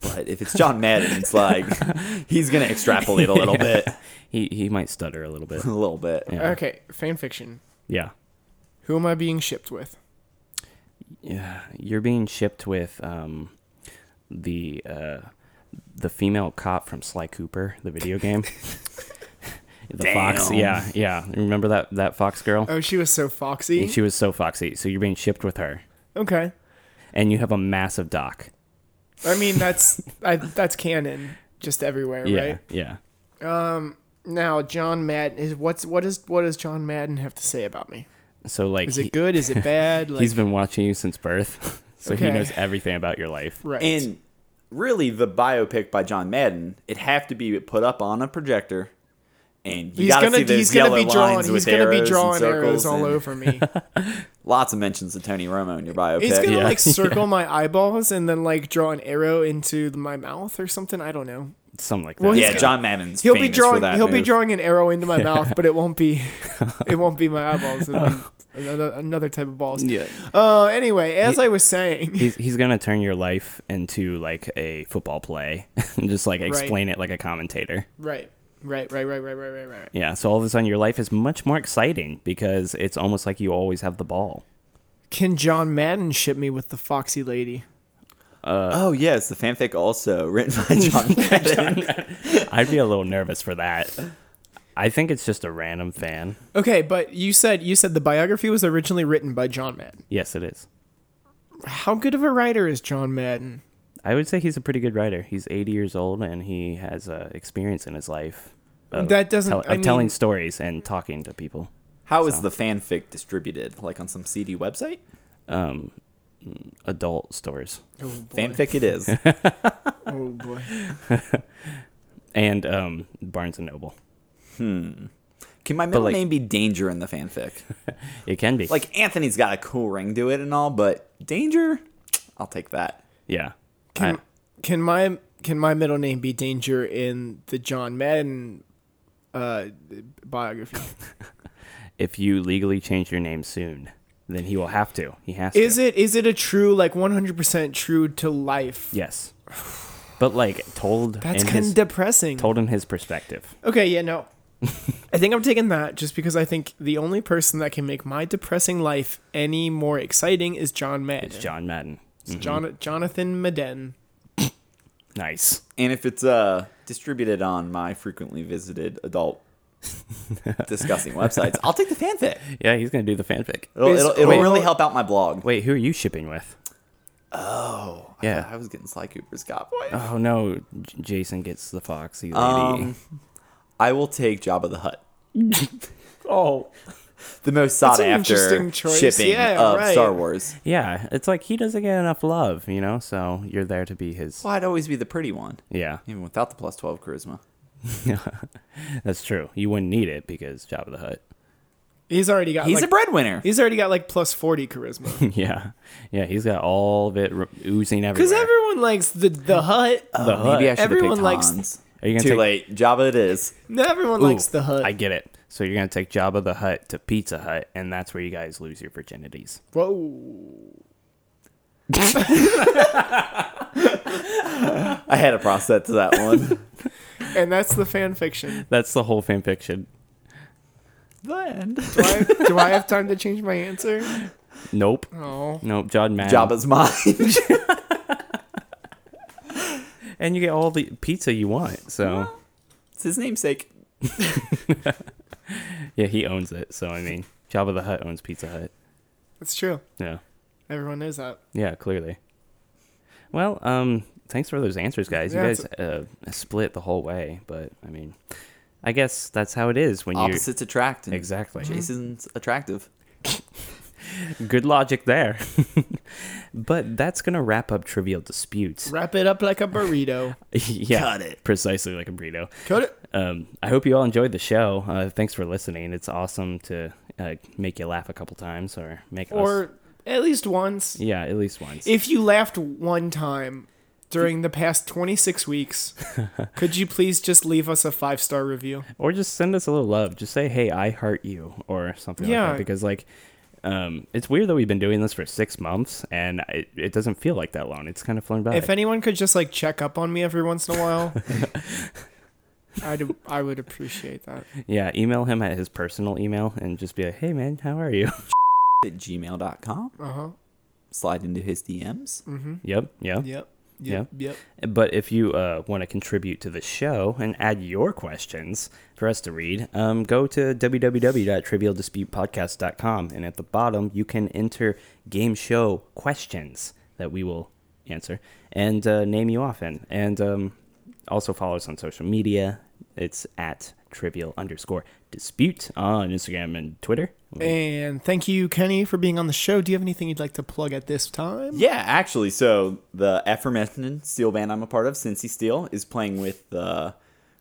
But if it's John Madden, it's like he's gonna extrapolate a little bit.
He he might stutter a little bit.
A little bit.
Yeah.
Okay, fan fiction.
Yeah.
Who am I being shipped with?
Yeah. You're being shipped with um the uh the female cop from Sly Cooper, the video game. the fox.
Damn.
Yeah, yeah. Remember that that fox girl?
Oh, she was so foxy.
She was so foxy. So you're being shipped with her.
Okay.
And you have a massive dock.
I mean, that's I, that's canon just everywhere,
Yeah.
right?
Yeah.
Now, John Madden is what's what is what does John Madden have to say about me?
So like
Is
he-
it good? Is it bad? Like,
he's been watching you since birth. so he
Okay.
knows everything about your life.
right.
And really the biopic by John Madden, it'd have to be put up on a projector. And you
he's
gotta
gonna
see those
he's gonna
yellow
be drawing
lines
he's
with
gonna
arrows
be drawing
and circles
arrows all
and
over me.
Lots of mentions of Tony Romo in your biopic.
He's gonna
Yeah.
like circle my eyeballs and then like draw an arrow into the- my mouth or something. I don't know.
Something like that.
Well, he's
yeah,
gonna-
John Madden's
He'll
famous
be drawing.
for that
He'll be
move.
drawing an arrow into my mouth, but it won't be. It won't be my eyeballs. It'll be another, another type of balls.
Yeah.
Uh, anyway, as I was saying,
He's, he's gonna turn your life into like a football play and just like explain it like a commentator.
right, right, right, right, right, right, right, right.
Yeah, so all of a sudden your life is much more exciting because it's almost like you always have the ball.
Can John Madden ship me with the foxy lady?
Oh yes, the fanfic also written by John Madden.
I'd be a little nervous for that. I think it's just a random fan.
Okay, but you said you said the biography was originally written by John Madden.
Yes, it is.
How good of a writer is John Madden?
I would say he's a pretty good writer. He's 80 years old and he has uh, experience in his life.
Oh,
Of
That doesn't-
tell-
Hmm, I
of telling
mean-
stories and talking to people.
How is the fanfic distributed? Like on some CD website?
Um, adult stores.
Oh boy!
Fanfic it is.
Oh boy!
and um, Barnes and Noble.
Can my middle
like-
name be Danger in the fanfic?
It can be
Like Anthony's got a cool ring to it and all, but Danger, I'll take that.
yeah.
Can,
I-
can my can my middle name be Danger in the John Madden uh, biography?
if you legally change your name soon, then he will have to. He has
Is
to.
it is it a true like 100% true to life?
Yes. But like told
That's
in
kind
his,
of depressing.
told in his perspective.
Okay, yeah, no. I think I'm taking that just because I think the only person that can make my depressing life any more exciting is John Madden.
It's John Mm-hmm. Madden.
It's Jon- Jonathan Madden.
Nice.
And if it's uh, distributed on my frequently visited adult discussing websites, I'll take the fanfic.
Yeah, he's gonna do the fanfic.
It'll,
Is-
it'll, it'll
wait.
really help out my blog.
Wait, who are you shipping with?
Oh, I
Yeah.
thought I, was getting Sly Cooper's Godboy.
Oh no, J- Jason gets the foxy lady.
Um, I will take Jabba the Hutt.
Oh,
The most sought
an
after
interesting choice.
shipping
Yeah,
of
right.
Star Wars.
yeah, it's like he doesn't get enough love, you know. So you're there to be his.
Well, I'd always be the pretty one,
Yeah,
even without the plus 12 charisma.
that's true. You wouldn't need it because Job of the Hut.
he's already got.
He's
like,
a breadwinner.
He's already got like plus 40 charisma.
yeah, yeah, he's got all of it r- oozing
Because
everywhere.
everyone likes the the hut.
the Hutt.
Maybe I should
Everyone
have picked
likes-
Hans.
Are you gonna
Too
take-
late. Jabba it is.
No, everyone
Ooh,
likes the hut.
I get it. So you're gonna take Jabba the Hut to Pizza Hut, and that's where you guys lose your virginities.
Whoa.
I had a process to that one.
And that's the fan fiction.
That's the whole fan fiction.
the end.
Do I, do I have time to change my answer?
Nope.
Oh.
Nope. John Madden.
Jabba's mine.
And you get all the pizza you want. So
it's his namesake.
yeah, he owns it. So I mean, Jabba the Hut owns Pizza Hut.
That's true.
Yeah.
Everyone knows that.
Yeah, clearly. Well, um, thanks for those answers, guys.
Yeah,
you
it's-
guys uh, split the whole way, but I mean, I guess that's how it is when you
Opposites attract. and
exactly.
Jason's attractive.
Good logic there. but that's gonna wrap up trivial disputes.
Wrap it up like a burrito.
yeah,
Cut it.
precisely like a burrito.
Cut it.
Um, I hope you all enjoyed the show. Uh, thanks for listening. It's awesome to uh, make you laugh a couple times or make us
Or at least once.
yeah at least once.
If you laughed one time during the past 26 weeks, could you please just leave us a five star review?
or just send us a little love. Just say, "Hey, I heart you," or something like
Yeah.
that. Because like, um, it's weird that we've been doing this for six months and it, it doesn't feel like that long. It's kind of flown by.
If anyone could just like check up on me every once in a while, I'd, I would appreciate that.
yeah, email him at his personal email and just be like, "Hey, man, how are you?"
Mm-hmm.
At gmail.com.
Uh huh.
Slide into his DMs.
Mm-hmm.
yep, yeah.
Yep. Yep. Yep.
But if you uh, want to contribute to the show and add your questions for us to read, um, go to www.trivialdisputepodcast.com and at the bottom you can enter game show questions that we will answer and uh, name you often. And um, also follow us on social media. It's at trivial underscore dispute on Instagram and Twitter.
And thank you, Kenny, for being on the show. Do you have anything you'd like to plug at this time?
Yeah, actually, so the aforementioned steel band I'm a part of, Cincy Steel, is playing with the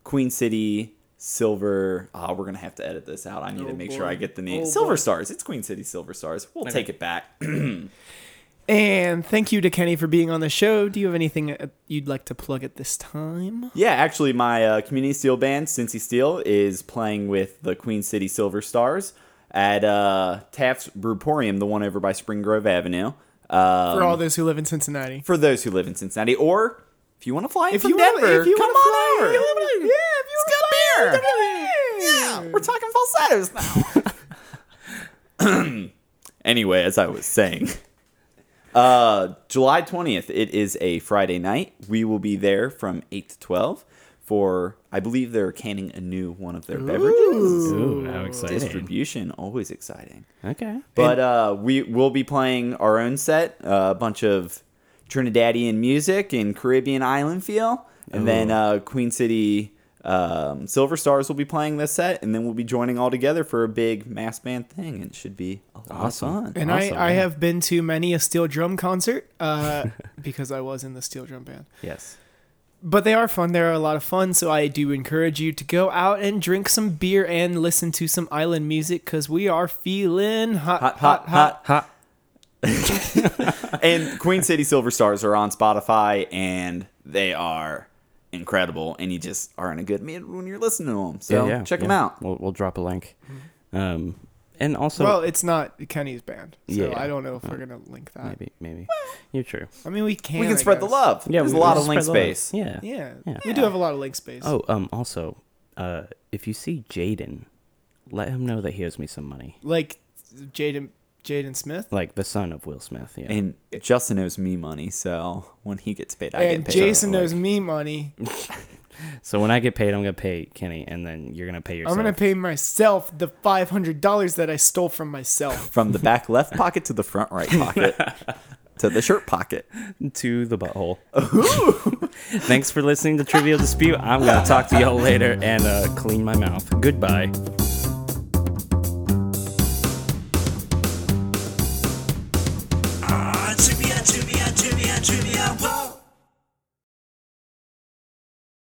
Queen City Silver. Ah, we're gonna have to edit this out. I need to make sure
boy.
I get the name.
Oh,
Silver
boy.
Stars. It's Queen City Silver Stars. We'll take it back.
And thank you to Kenny for being on the show. Do you have anything uh, you'd like to plug at this time?
yeah, actually, my uh, community steel band, Cincy Steel, is playing with the Queen City Silver Stars at uh, Taft's Brewporium, the one over by Spring Grove Avenue. Uh,
For all those who live in Cincinnati.
for those who live in Cincinnati, or if you want to fly in
If
from
you wanna-
Denver,
if you
come
wanna
on
fly
over.
in, yeah, if you
it's good beer. Yeah, we're talking falsettos now. anyway, as I was saying, uh, July twentieth, it is a Friday night. We will be there from eight to twelve for, I believe, they're canning a new one of their beverages.
Ooh, how exciting.
Distribution always exciting.
Okay.
But uh, we will be playing our own set, uh, a bunch of Trinidadian music and Caribbean island feel, and then uh, Queen City um, Silver Stars will be playing this set, and then we'll be joining all together for a big mass band thing, and it should be a lot
Awesome.
of fun.
And
Awesome,
I, I
yeah.
have been to many a steel drum concert uh, because I was in the steel drum band.
Yes.
But they are fun. They're a lot of fun. So I do encourage you to go out and drink some beer and listen to some island music because we are feeling hot,
Hot, hot, hot,
Ha.
and Queen City Silver Stars are on Spotify, and they are incredible. And you just are in a good mood when you're listening to them. So check them out.
We'll, we'll drop a link. Um, and also
Mm-hmm. well, it's not Kenny's band, so
Yeah.
I don't know if we're gonna link that.
maybe maybe you're true.
I mean, we can.
we can
I
spread the
guess.
love.
Yeah,
There's
we-
a lot
we
of link
spread the
space.
love. Yeah.
Yeah.
Yeah.
we do have a lot of link space.
Oh, um. Also, uh, if you see Jaden, let him know that he owes me some money.
like Jaden Jaden Smith
Like the son of Will Smith. Yeah.
And Justin owes me money, so when he gets paid, I
and
get paid.
Jason
like-
knows me money.
so when I get paid, I'm gonna pay Kenny, and then you're gonna pay
I'm
yourself.
gonna pay myself the five hundred dollars that I stole from myself.
From the back left pocket to the front right pocket to the shirt pocket.
to the butthole. Thanks for listening to Trivial Dispute. I'm gonna talk to y'all later and uh, clean my mouth. Goodbye.